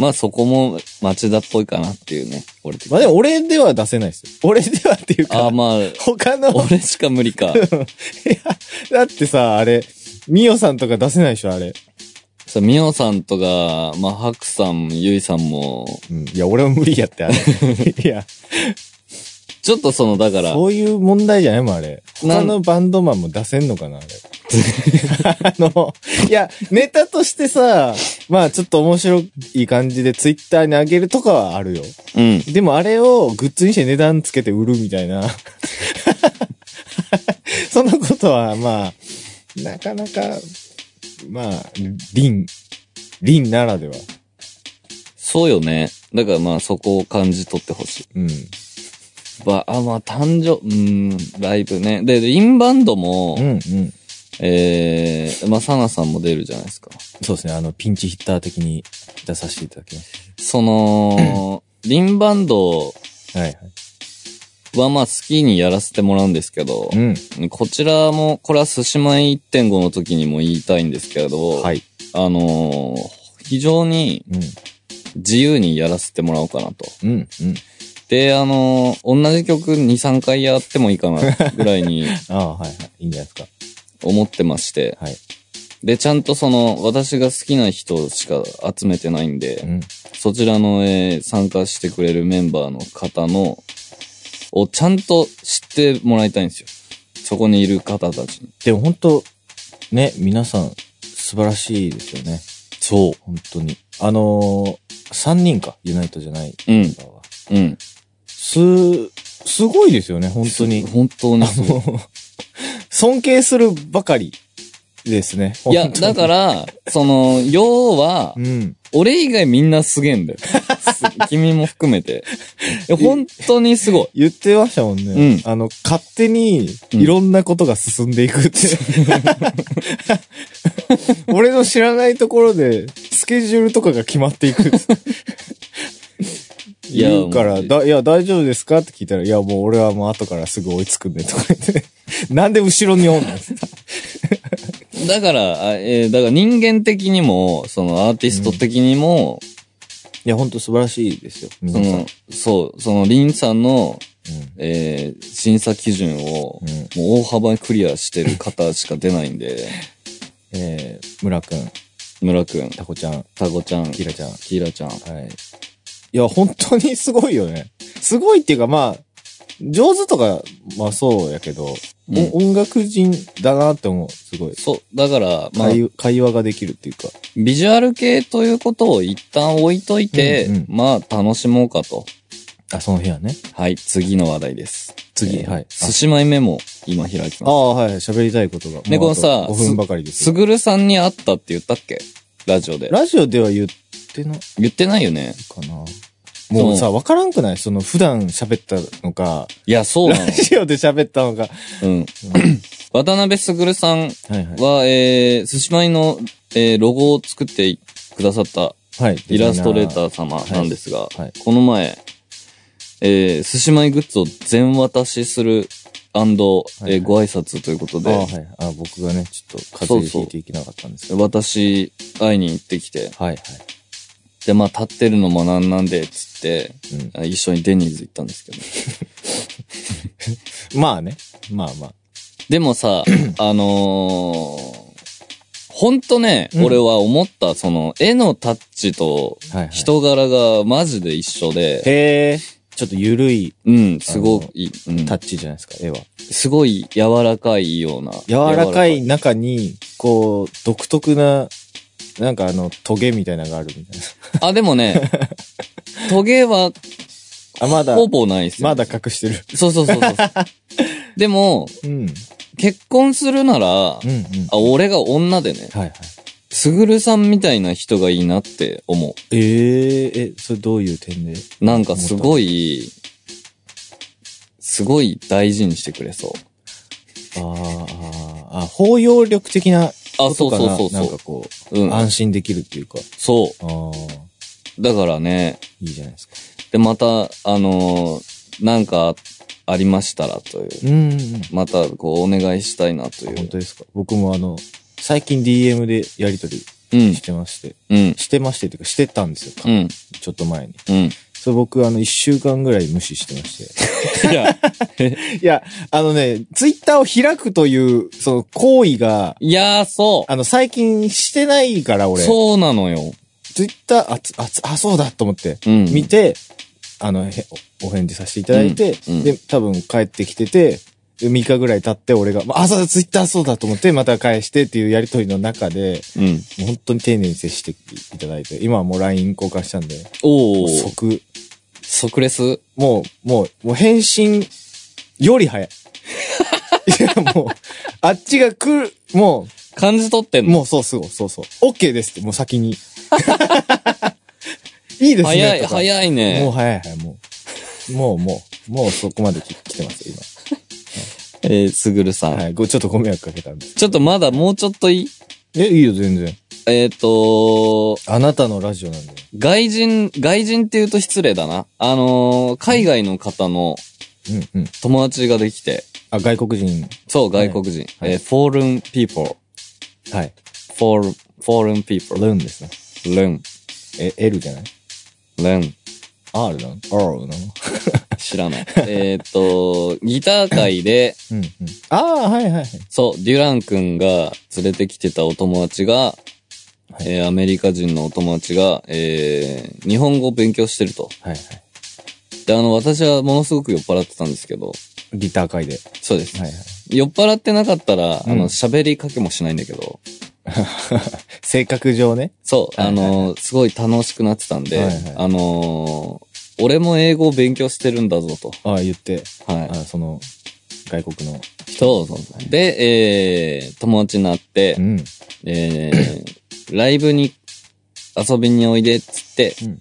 S1: まあそこも町田っぽいかなっていうね、俺的に
S2: まあでも俺では出せないですよ。俺ではっていうか、
S1: あーまあ、
S2: 他の、
S1: 俺しか無理 か。
S2: いや、だってさ、あれ、ミオさんとか出せないでしょ、あれ。
S1: そう、みおさんとか、まあ、ハクさん、ゆいさんも、
S2: うん。いや、俺は無理やって、あれ。 いや、
S1: ちょっとその、だから、
S2: そういう問題じゃないもん、あれ。
S1: な
S2: 他
S1: ん
S2: のバンドマンも出せんのかな、あれ。 あの、いや、ネタとしてさ、まあちょっと面白い感じでツイッターに上げるとかはあるよ。
S1: うん。
S2: でもあれをグッズにして値段つけて売るみたいな。 そのことは、まあ、なかなか、まあ、リン、リンならでは。
S1: そうよね。だからまあそこを感じ取ってほしい。
S2: うん。
S1: ば、あ、まあ、誕生、うん、ライブね。で、でインバウンドも、
S2: うんうん。
S1: えー、まあ、サナさんも出るじゃないですか。
S2: そうですね。あの、ピンチヒッター的に出させていただきます。
S1: その、リンバンド
S2: はいはい。
S1: はまあ好きにやらせてもらうんですけど、
S2: ん。
S1: こちらも、これは寿司前1.5の時にも言いたいんですけれど、
S2: はい。
S1: あのー非常に
S2: うん。
S1: 自由にやらせてもらおうかなと。
S2: うん。うん。
S1: で、あのー同じ曲2、3回やってもいいかなぐらいに
S2: ああ、はいはい。いいんじゃないです
S1: 思ってまして、
S2: か。はい。
S1: で、ちゃんとその、私が好きな人しか集めてないんで、
S2: うん。
S1: そちらの、えー参加してくれるメンバーの方の、をちゃんと知ってもらいたいんですよ。そこにいる方たちに。
S2: でも本当ね、皆さん、素晴らしいですよね。そう。本当に。あのー、三人か。ユナイトじゃない。
S1: うん、
S2: は
S1: うん。
S2: す、すごいですよね、本当に。
S1: 本当に
S2: あ。の、 尊敬するばかりですね。
S1: いや、
S2: 本当
S1: だ
S2: に
S1: か、ら、その、要は
S2: う、ん。
S1: 俺以外みんなすげえん だよ。す君も含めて。いや本当にすごい。
S2: 言ってましたもんね。
S1: うん
S2: あの、勝手に、
S1: うん
S2: いろんなことが進んでいくって。 俺の知らないところで、スケジュールとかが決まっていくって。
S1: いや
S2: 言うから、
S1: マジ
S2: だ、いや、大丈夫ですかって聞いたら、いや、もう俺はもう後からすぐ追いつくんで、とか言って。 なんで後ろにおんの
S1: だから、あえーだから人間的にも、そのアーティスト的にも、
S2: いや、ほんと素晴らしいですよ。皆
S1: そ
S2: さん。
S1: の、そう、そのリンさんの、えー審査基準を、
S2: うんうん
S1: もう大幅にクリアしてる方しか出ないんで、
S2: えー、村くん、
S1: 村くん、
S2: タコちゃん、
S1: タコちゃん、
S2: キ
S1: キ
S2: ラちゃん。は
S1: ーラちゃん。
S2: い。いや、本当にすごいよね。すごいっていうか、まあ、上手とか、まあそうやけど、
S1: うん
S2: お音楽人だなって思う。すごい。
S1: そう、だから、まあ、
S2: 会会話ができるっていうか。
S1: ビジュアル系ということを一旦置いといて、
S2: うんうん
S1: まあ、楽しもうかと。
S2: あ、その部屋ね。
S1: はい、次の話題です。
S2: 次
S1: えー
S2: はい
S1: 寿司前メモ、今開き
S2: あ
S1: ます。
S2: あ、はい。喋りたいことが。
S1: ね
S2: も
S1: この
S2: うあと
S1: さ
S2: 5分ばかりです
S1: す
S2: よ。
S1: ぐるさんに会ったって言ったっけラジオで。
S2: ラジオでは言ってない
S1: 言ってないよね。
S2: かな。もう
S1: そ
S2: さ、わからんくないその普段喋ったのか、
S1: いや、そうな
S2: ラジオで喋ったのか。
S1: の。うん。渡辺すぐるさん
S2: はいはい。
S1: は、えー、寿司前の、えーロゴを作ってくださった
S2: はい。
S1: イラストレー
S2: ー。
S1: ター様なんですが、
S2: はい。
S1: この前、えー、寿司前グッズを全渡しする、
S2: はいは
S1: え
S2: い
S1: ーご挨拶ということ
S2: あ
S1: で、
S2: はい。あ僕がね、ちょっと風邪ひいていけなかったんですけど。
S1: 私、会いに行ってきて、
S2: はいは
S1: で、まあ、立ってるのもなんなんで、つって、
S2: い。うん。
S1: あ一緒にデニーズ行ったんですけど。
S2: まあね。まあまあ。
S1: でも さ、あのー、ほんとね、
S2: うん
S1: 俺は思った、その、絵のタッチと
S2: はい、はい。。
S1: 人柄がマジで一緒で、
S2: へえ。ちょっと緩い
S1: うん、すごくいい、うん
S2: タッチじゃないですか、絵は。
S1: すごい柔らかいような。
S2: 柔らかい。中に、こう、独特な、なんかあの、トゲみたいなのがあるみたいな。
S1: あ、でも ね、トゲは
S2: あ、まだ、
S1: ほぼないですよ。
S2: まだ隠してる。
S1: そうそうそう そう。でも、
S2: うん。うん
S1: 結婚するなら、
S2: うん。
S1: あ、俺が女でね、
S2: はいはい。
S1: すぐるさんみたいな人がいいなって思
S2: えええ、それどういう点で
S1: う。なんかすごい、すごい大事にしてくれそう。
S2: あーあー、あ包容力的な
S1: あ、
S2: こ
S1: そ
S2: と
S1: う
S2: か
S1: そう
S2: な。
S1: そう
S2: なん
S1: そ
S2: かこ
S1: う。う
S2: う、
S1: ん。
S2: 安心できるっていうか。
S1: そ
S2: ああ。
S1: う。だからね、
S2: いいじゃないですか。
S1: で、また、あのーなんかありましたらという。
S2: うん、うん。
S1: また、こう、お願いしたいなとい
S2: 本
S1: う。
S2: 当ですか。僕もあの、最近 DM でやりとり
S1: うん
S2: し、てまして、
S1: うん、
S2: してましてっていうか、してたんですよ。
S1: うん、
S2: ちょっと前に。
S1: うん。
S2: それ僕、あの、一週間ぐらい無視してまし
S1: いや、
S2: て。いや、あのね、ツイッターを開くという、その行為が、
S1: いやー、そ
S2: あの、最近してないから、
S1: う。
S2: 俺。
S1: そうなのよ。
S2: ツイッター、あ、つあ、つあ、そうだと思って、
S1: うん。
S2: 見て、あの、へおお返事させていただいて、
S1: うんうん
S2: で、多分帰ってきてて、で3日ぐらい経って、俺が、まあ、そうだ、ツイッターそうだと思って、また返してっていうやりとりの中で、
S1: うん。
S2: もう本当に丁寧に接していただいて、今はもう LINE 交換したんで、
S1: お
S2: もう
S1: ー、
S2: 即、
S1: 即レス
S2: もう、もう、もう返信より 早い。いや、もう、あっちが来る、も
S1: 感じ取って
S2: う、
S1: んの
S2: もうそうそう、そうそう。OK ですって、もう 先に。いいですね。
S1: 早い、
S2: とか
S1: 早い
S2: もう
S1: ね。
S2: 早い早い、もう。もうもう、もうそこまで来来てますよ、
S1: えー、すぐるさん。
S2: 今。はい。ごちょっとご迷惑かけたんです。
S1: ちょっとまだもうちょっといい
S2: え、いいよ、全然。
S1: えっ、と
S2: あなたのラジオなんで。
S1: 外人、外人って言うと失礼だな。あのー海外の方の
S2: うんうん。
S1: 友達ができて、
S2: あ、外国人。
S1: そう、外国人。
S2: はい
S1: えー、foreign people,
S2: はい。
S1: for, foreign people,
S2: ルンですね。
S1: learn,
S2: え、L じゃない
S1: learn.
S2: ?R なの ?R なの
S1: 知ら ない。えっと、ギター界で、
S2: うんうん。ああ、はいはいはい。
S1: そう、デュラン君が連れてきてたお友達が、
S2: はい
S1: えーアメリカ人のお友達が、えー日本語を勉強してると。
S2: はいはい。
S1: で、あの、私はものすごく酔っ払ってたんですけど、
S2: ギター界で。
S1: そうです。
S2: はいはい。
S1: 酔っ払ってなかったら、あ
S2: うん
S1: の、喋りかけもしないんだけど、
S2: 性格上ね。
S1: そう、
S2: は
S1: あ
S2: いはいはい
S1: の、すごい楽しくなってたんで、
S2: はいはい
S1: あのー俺も英語を勉強してるんだぞと。
S2: ああ、言って。
S1: は
S2: あ
S1: い。
S2: あ、その、外国の。
S1: そうそうそうで、えー、友達になって
S2: う、ん。うん
S1: えー、ライブに遊びにおいでっつって、
S2: うん。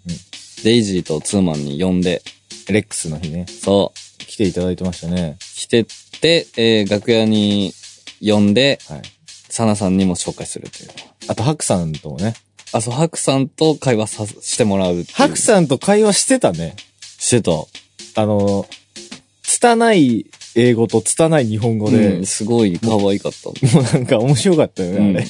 S1: デイジーとツーマンに呼んで、
S2: レックスの日ね。
S1: そう、
S2: 来ていただいてましたね。
S1: 来てって、えー、楽屋に呼んで、
S2: はい。
S1: サナさんにも紹介するという。
S2: あと、ハクさんともね。
S1: あ、そう、ハクさんと会話さ、してもらうっていう。
S2: ハクさんと会話してたね。
S1: してた。
S2: あの、拙い英語と拙い日本語で、
S1: うん、すごい可愛かった。
S2: もうなんか面白かったよね、
S1: うん
S2: あれ。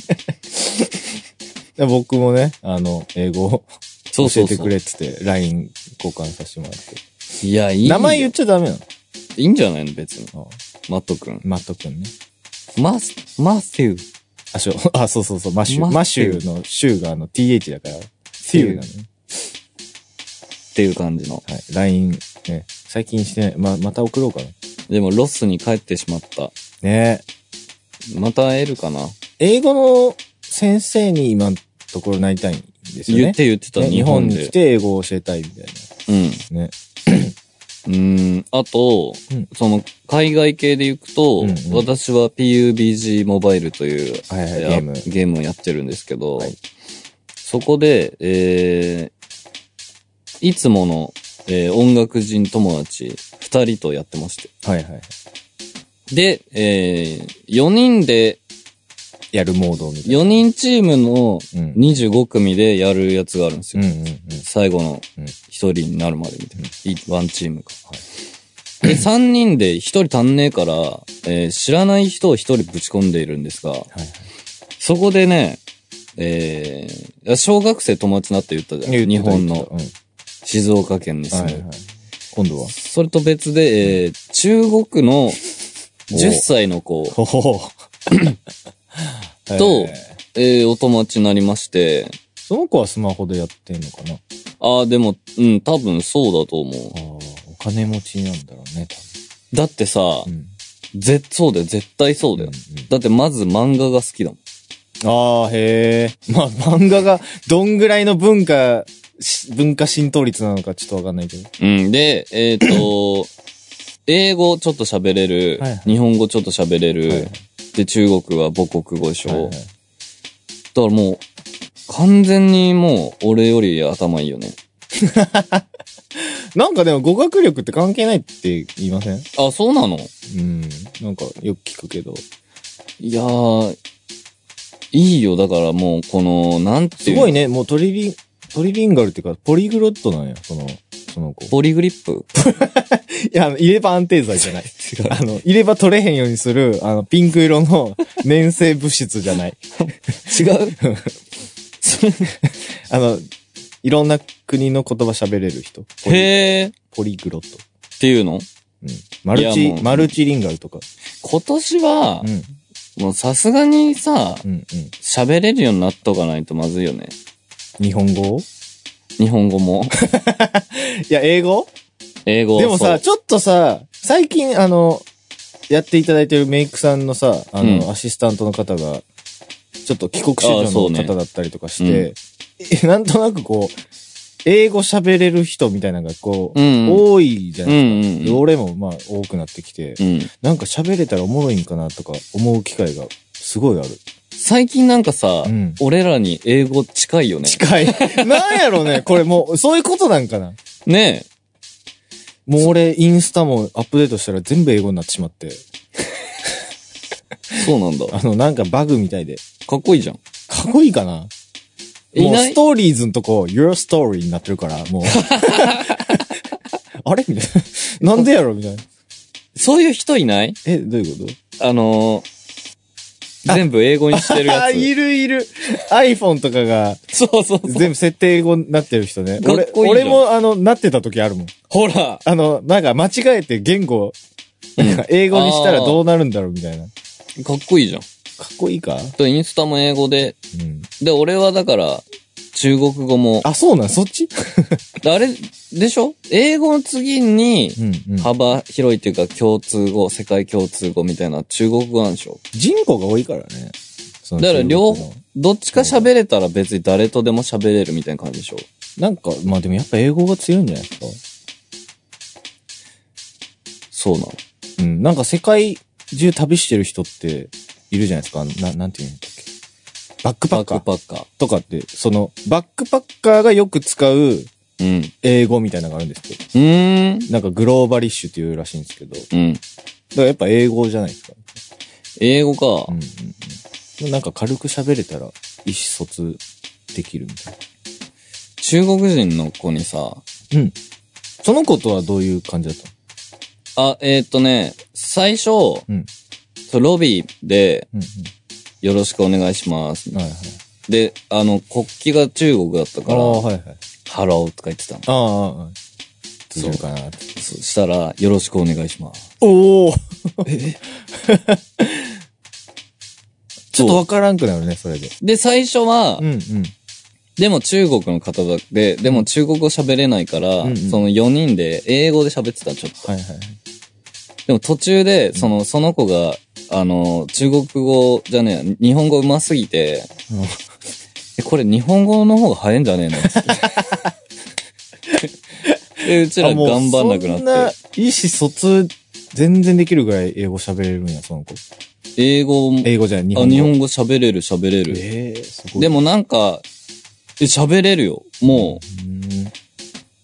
S2: で僕もね、あの、英語を
S1: そ
S2: 教
S1: うそ
S2: え
S1: う
S2: て
S1: そ
S2: く
S1: う。
S2: れってって、LINE 交換させてもらって。
S1: いや、いい。
S2: 名前言っ
S1: い
S2: ちゃダメなの
S1: いんじゃないの別に。
S2: あ
S1: マットくん。
S2: マットくんね。
S1: マス、マステュー。
S2: あ、しょ、あ、そう そうそう、マッシュ。
S1: マッシュ
S2: マッシュのシューがあの th だから、テューなのね。
S1: っていう感じの。
S2: はい。LINE ね。最近してない。ま、また送ろうかな。
S1: でも、ロスに帰ってしまった。
S2: ね
S1: また会えるかな、
S2: 英語の先生に今のところなりたいんですよね。
S1: 言って言ってた、
S2: ね
S1: 日
S2: 日
S1: 本
S2: 本に
S1: で
S2: 来。て英語を教えたいみたい
S1: うん。
S2: な。ね。
S1: うーん。あと、
S2: うん
S1: その、海外系で行くと、
S2: うんうん
S1: 私は PUBG モバイルという、
S2: はいはい、
S1: え
S2: ゲ
S1: ー
S2: ーム。
S1: ゲームをやってるんですけど、
S2: はい
S1: そこで、えー、いつもの、えー音楽人友達二人とやってまして。
S2: はいはい。
S1: で、えー、4人で、
S2: やるモードみたいな。
S1: 4人チームの
S2: うん。
S1: 25組でやるやつがあるんです
S2: う
S1: よ。
S2: んうんうん。
S1: 最後の
S2: うん
S1: 1人になるまでみたいな。いワンチームか。
S2: は
S1: で、3人で1人足んねえから、えー知らない人を1人ぶち込んでいるんですが、
S2: はい
S1: そこでね、えー、小学生友達になって言ったじゃん。
S2: はい。
S1: 日本
S2: 言って
S1: の
S2: た言って
S1: 静岡県に
S2: た
S1: 住む。
S2: うん。はいはい。今度は
S1: それと別で、えー、中国の10歳の子、
S2: ほほほ。
S1: と
S2: えー
S1: えー、お友達になりまして、
S2: その子はスマホでやってんのかな
S1: ああ、でも、うん、多分そうだと思
S2: ああ、お金持ちなんだろうね、
S1: う。だってさ、
S2: 多分。うん。
S1: ぜ、そうだよ、絶対そうだよ。だってまず漫画が好きだもん。
S2: ああ、へえ。まあ、漫画がどんぐらいの文化し、文化浸透率なのかちょっとわかんないけど。
S1: うん、で、えっ、 と、英語ちょっと喋れる、
S2: はいはい
S1: 日本語ちょっと喋れる、
S2: はいはい
S1: で、中国は母国語でしょ。
S2: はいはい
S1: だからもう、完全にもう、俺より頭いいよね。
S2: なんかでも語学力って関係ないって言いません
S1: あ、そうなの
S2: うん。なんかよく聞くけど。
S1: いやー、いいよ。だからもう、この、なんて
S2: す
S1: いうの
S2: ごいね、もうトリリン、トリリンガルっていうか、ポリグロットなんや、その、その子。い
S1: ポリグリップ
S2: や、あの入れ歯安定剤 じゃない。あの、入れ歯取れへんようにする、あの、ピンク色の粘性物質じゃない。
S1: 違う
S2: あの、いろんな国の言葉喋れる人。ポリ
S1: へーっ
S2: ポリグロット。
S1: ていうの
S2: うん。マル
S1: いや
S2: チ
S1: もう、
S2: マルチリンガルとか。
S1: 今年は
S2: うん、、うん、
S1: もうさすがにさ、
S2: うん。
S1: 喋れるようになっとかないとまずいよね。
S2: 日本語を
S1: 日本語 も、
S2: いや、英語
S1: 英語
S2: でも
S1: そ
S2: さ、
S1: う
S2: ちょっとさ、最近、あの、やっていただいてるメイクさんのさ、あの、
S1: うん
S2: アシスタントの方が、ちょっと帰国子
S1: あーそう
S2: 女の
S1: ね
S2: 方だったりとかして、えなんとなくこう、英語喋れる人みたいなのがこう、
S1: うんうん
S2: 多いじゃ
S1: う
S2: ない、
S1: んうんうん。
S2: 俺もまあ多くなってきて、
S1: うん。
S2: なんか喋れたらおもろいんかなとか思う機会がすごいある。
S1: 最近なんかさ、
S2: うん
S1: 俺らに英語近いよね。
S2: 近い。なんやろね、これもう、そういうことなんかな。
S1: ね
S2: もう俺、インスタもアップデートしたら全部英語になってしまって、
S1: そうなんだ。
S2: あの、なんかバグみたいで。
S1: かっこいいじゃん。
S2: かっこいいかなも
S1: いうな
S2: ス
S1: い
S2: トーリーズのとこ、your story になってるから、もう。 あれみたいな。なんでやろみたいな。
S1: そういう人いない
S2: え、どういうこ
S1: あのー
S2: あ
S1: 全部英語にしてる
S2: と
S1: や
S2: あ、い
S1: つ。
S2: るいる。iPhone とかが
S1: そうそうそう。
S2: 全部設定語になってる人ね。
S1: かっ
S2: 俺、
S1: こいいじゃ
S2: 俺
S1: ん
S2: もあの、なってた時あるもん。
S1: ほら
S2: あの、なんか間違えて言語、なんか英語にしたらどうなるんだろうみたいな。か
S1: かっこいいじゃん。
S2: っこいいか
S1: でインスタも英語で。
S2: うん。
S1: で、俺はだから、中国語も。
S2: あ、そうなんそっち
S1: であれでしょ英語の次に、
S2: うん、うん。
S1: 幅広いっていうか共通語、世界共通語みたいな中国語なんでしょ
S2: 人口が多いからね。その
S1: だから両方
S2: 中国の、
S1: どっちか喋れたら別に誰とでも喋れるみたいな感じでしょ
S2: なんか、まあでもやっぱ英語が強いんじゃないですか
S1: そうなの。
S2: うん、なんか世界中旅してる人っているじゃないですか。あのななんていうんだっけ。バックパ
S1: バ
S2: ッカ
S1: ック
S2: ー
S1: パッカ
S2: とかって、その、バックパッカーがよく使う
S1: ー。うん。う
S2: 英語みたいなのがあるんですけど、
S1: ーん。
S2: なんかグローバリッシュっていうらしいんですけど、だか
S1: うん。
S2: らやっぱ英語じゃないですか。
S1: 英語か
S2: うん。うんうん。なんか軽く喋れたら意思疎通できるみたい
S1: 中国人の子にさ、
S2: な。うん。その子とはどういう感じだった
S1: あ、えーっとね、最初、
S2: うん
S1: そうロビーで、
S2: の
S1: よろしくお願いします。
S2: うんうん。はいはい。
S1: で、あの、国旗が中国だった
S2: あ
S1: から、
S2: あ、はいはい。
S1: ハローとか言ってたの。
S2: ああ、ああああ。
S1: そ
S2: そううかなって。
S1: そしたら、よろしくお願いします。
S2: お おちょっとわからんくなるね、それで。
S1: で、最初は、
S2: んうん。
S1: でも中国の方だで、でも中国語喋れないから、
S2: うんうん
S1: その4人で英語で喋ってたのちょっと。
S2: はいはい。
S1: でも途中で、その、その子が、あの、中国語じゃねえや、日本語上手すぎて、 え、これ日本語の方が早いんじゃねえの ってで、うちら
S2: あもう
S1: 頑張んなく
S2: そんな
S1: なっ
S2: 意思疎通全然できるぐらい英語喋れるんや、その子。
S1: て、英語も、
S2: 英語じゃない、日
S1: あ、
S2: 本語。
S1: 日本語喋れる喋れる。
S2: えー、すごい。
S1: で
S2: も、
S1: もなんか、え、喋れるよ。もう、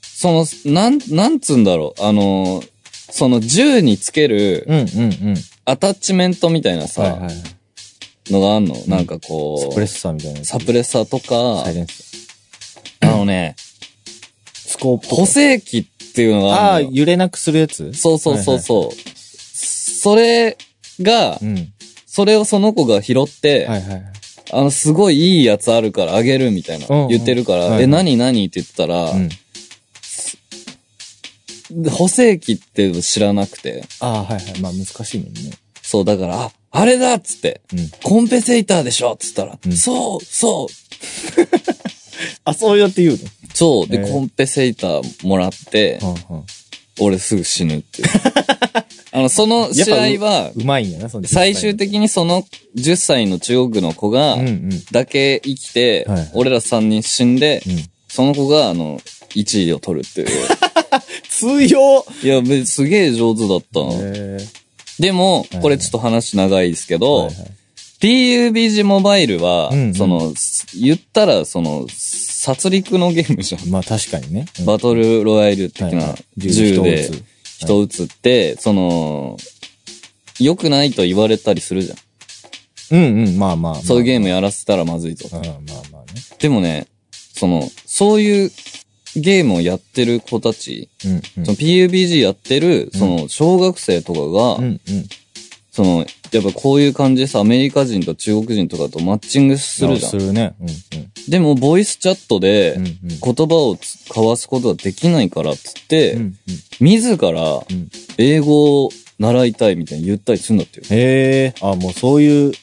S1: その、なん、なんつうんだろう。あの、その銃につける
S2: うんうんうん。
S1: アタッチメントみたいなさ、
S2: はいはい。
S1: のがあんの。なんかこ
S2: サ
S1: う、
S2: プレッサーみたいなやつ。
S1: サプレッサーと
S2: サイ
S1: か、
S2: レンス。
S1: あのね、
S2: スコープとか。
S1: 補正器っていうのが
S2: あ
S1: あ
S2: あ、
S1: るのよ。
S2: 揺れなくするやつ
S1: そうそうそうそう。それが
S2: う、ん。
S1: それをその子が拾って、
S2: はいはいはい。
S1: あの、すごいいいやつあるからあげるみたいな、
S2: うんうん
S1: 言ってるから、
S2: はいはい
S1: え、何何って言ってたら、
S2: うん。
S1: 補正器って知らなくて、
S2: ああ、はいはい。まあ難しいもんね。
S1: そう、だから、あ、あれだっつって、
S2: うん
S1: コンペセーターでしょっつったら、
S2: うん
S1: そう、そう、
S2: あ、そうやって言うの
S1: そう、で、
S2: えー
S1: コンペセーターもらって、
S2: はんはん
S1: 俺すぐ死ぬっていう。 あの、その試合は、
S2: うまいんやな、その
S1: 最終的にその10歳の中国の子が
S2: うん、うん。
S1: だけ生きて、
S2: はい
S1: 俺ら3人死んで、
S2: うん。
S1: その子が、あの、1位を取るって いう。
S2: 通用
S1: いや、めすげえ上手だったな。
S2: え
S1: でも
S2: は、い
S1: これちょっと話長いですけ
S2: ー
S1: ど、
S2: はいはい
S1: PUBG モバイルは、
S2: うんうん
S1: その、す言ったら、その、殺戮のゲームじゃん。
S2: まあ確かにね。うん
S1: バトルロワイル的
S2: はい
S1: な
S2: はい
S1: 銃
S2: で
S1: で
S2: 人
S1: 人
S2: を撃つ
S1: 撃つって、その、良くないと言われたりするじゃん。
S2: つうんうん、まあまあまあ。
S1: そういうゲームやらせたらまずいと。
S2: うんまあまあね。
S1: でもね、その、そういうゲームをやってる子たち、
S2: うん
S1: その PUBG やってる、その、小学生とかが、
S2: うん。うんうん。
S1: その、やっぱこういう感じでさ、アメリカ人と中国人とかとマッチングするじゃ
S2: す
S1: ん。
S2: るね。うん
S1: でも、ボイスチャットで
S2: うん。う、んうん。
S1: 言葉をつ交わすことができないからっつって、
S2: うんうん
S1: 自ら
S2: ん
S1: 英語を習いたいみたいに言ったりするんだってよ。
S2: へえ、あ、もうそういう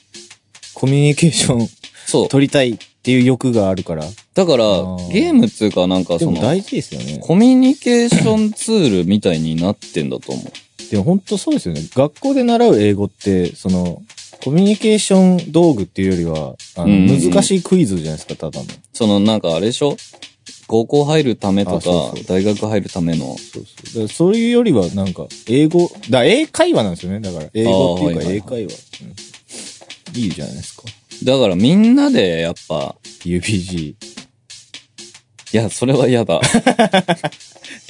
S2: コミュニケーション
S1: そう。
S2: 取りたいっていう欲があるから。
S1: だから
S2: ー、
S1: ゲームっていうかなんか
S2: で
S1: そ
S2: も
S1: の、
S2: 大事ですよね。
S1: コミュニケーションツールみたいになってんだと思う。
S2: でも本当そうですよね。学校で習う英語って、その、コミュニケーション道具っていうよりは、あの、
S1: うんうん
S2: 難しいクイズじゃないですか、ただの。
S1: そのなんかあれでしょ高校入るためと
S2: あ
S1: か
S2: そうそう、
S1: 大学入るための。
S2: そうそう。だからそういうよりは、なんか、英語、だから英会話なんですよね。だから、英語っていうか
S1: あーはいはいはい
S2: 英会話。うんいいじゃないですか。
S1: だからみんなでやっぱ、
S2: UPG。
S1: いや、それは嫌だ。
S2: あ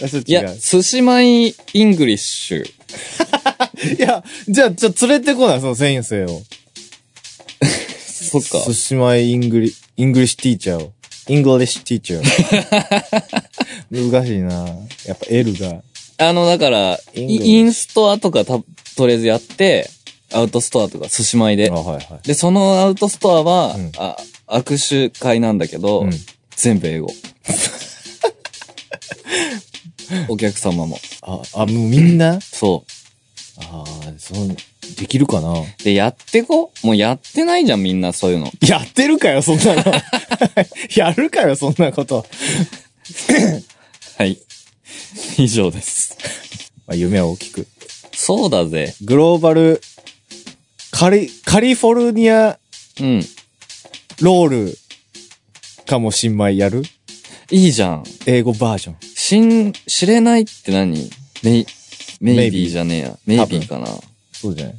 S2: それ違う
S1: いや、寿司米イングリッシュ。
S2: いや、じゃあ、ちょ、連れてこない、その先生を。
S1: そっか。
S2: 寿司前イングリ、イングリッシュティーチャーを。イングリッシュティーチャー。 難しいなやっぱ L が。
S1: あの、だから、
S2: イングリッ
S1: イ
S2: シュ
S1: インストアとかた、とりあえずやって、アウトストアとか、寿司米で
S2: あ、。はいはい。
S1: で、そのアウトストアは、
S2: うん
S1: あ握手会なんだけど、
S2: うん
S1: 全部英 語。お客様も。
S2: あ、あ、もうみんな
S1: そ
S2: ああ、そう、できるかな
S1: う。で、やってこもうやってないじゃん、みんな、そういうの。
S2: やってるかよ、そんなの。 やるかよ、そんなこと。
S1: はい。 以上です。
S2: まあ、夢は大きく。
S1: そうだぜ。
S2: グローバル、カリ、カリフォルニア
S1: うん。
S2: ロールかも新米やる
S1: いいじゃん。
S2: 英語バージョン。
S1: しん、知れないって何メイ、メイビ
S2: Maybe
S1: ーじゃねえや。メイビーかな。
S2: そうじゃない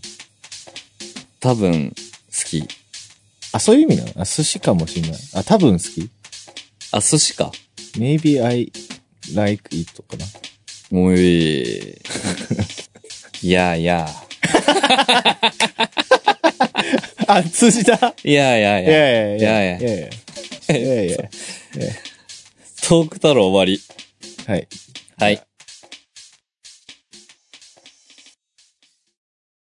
S1: 多分、好き。
S2: あ、そういう意味なのあ、寿司かもしんない。あ、多分好き
S1: あ、寿司か。
S2: ?maybe I like it かな。
S1: お い。いやいや。
S2: あ、寿司だ
S1: いやいやい
S2: い
S1: や。
S2: やいやいや。
S1: いや
S2: いやいやいやいや。
S1: トーク太郎終わり。
S2: はい。
S1: はい。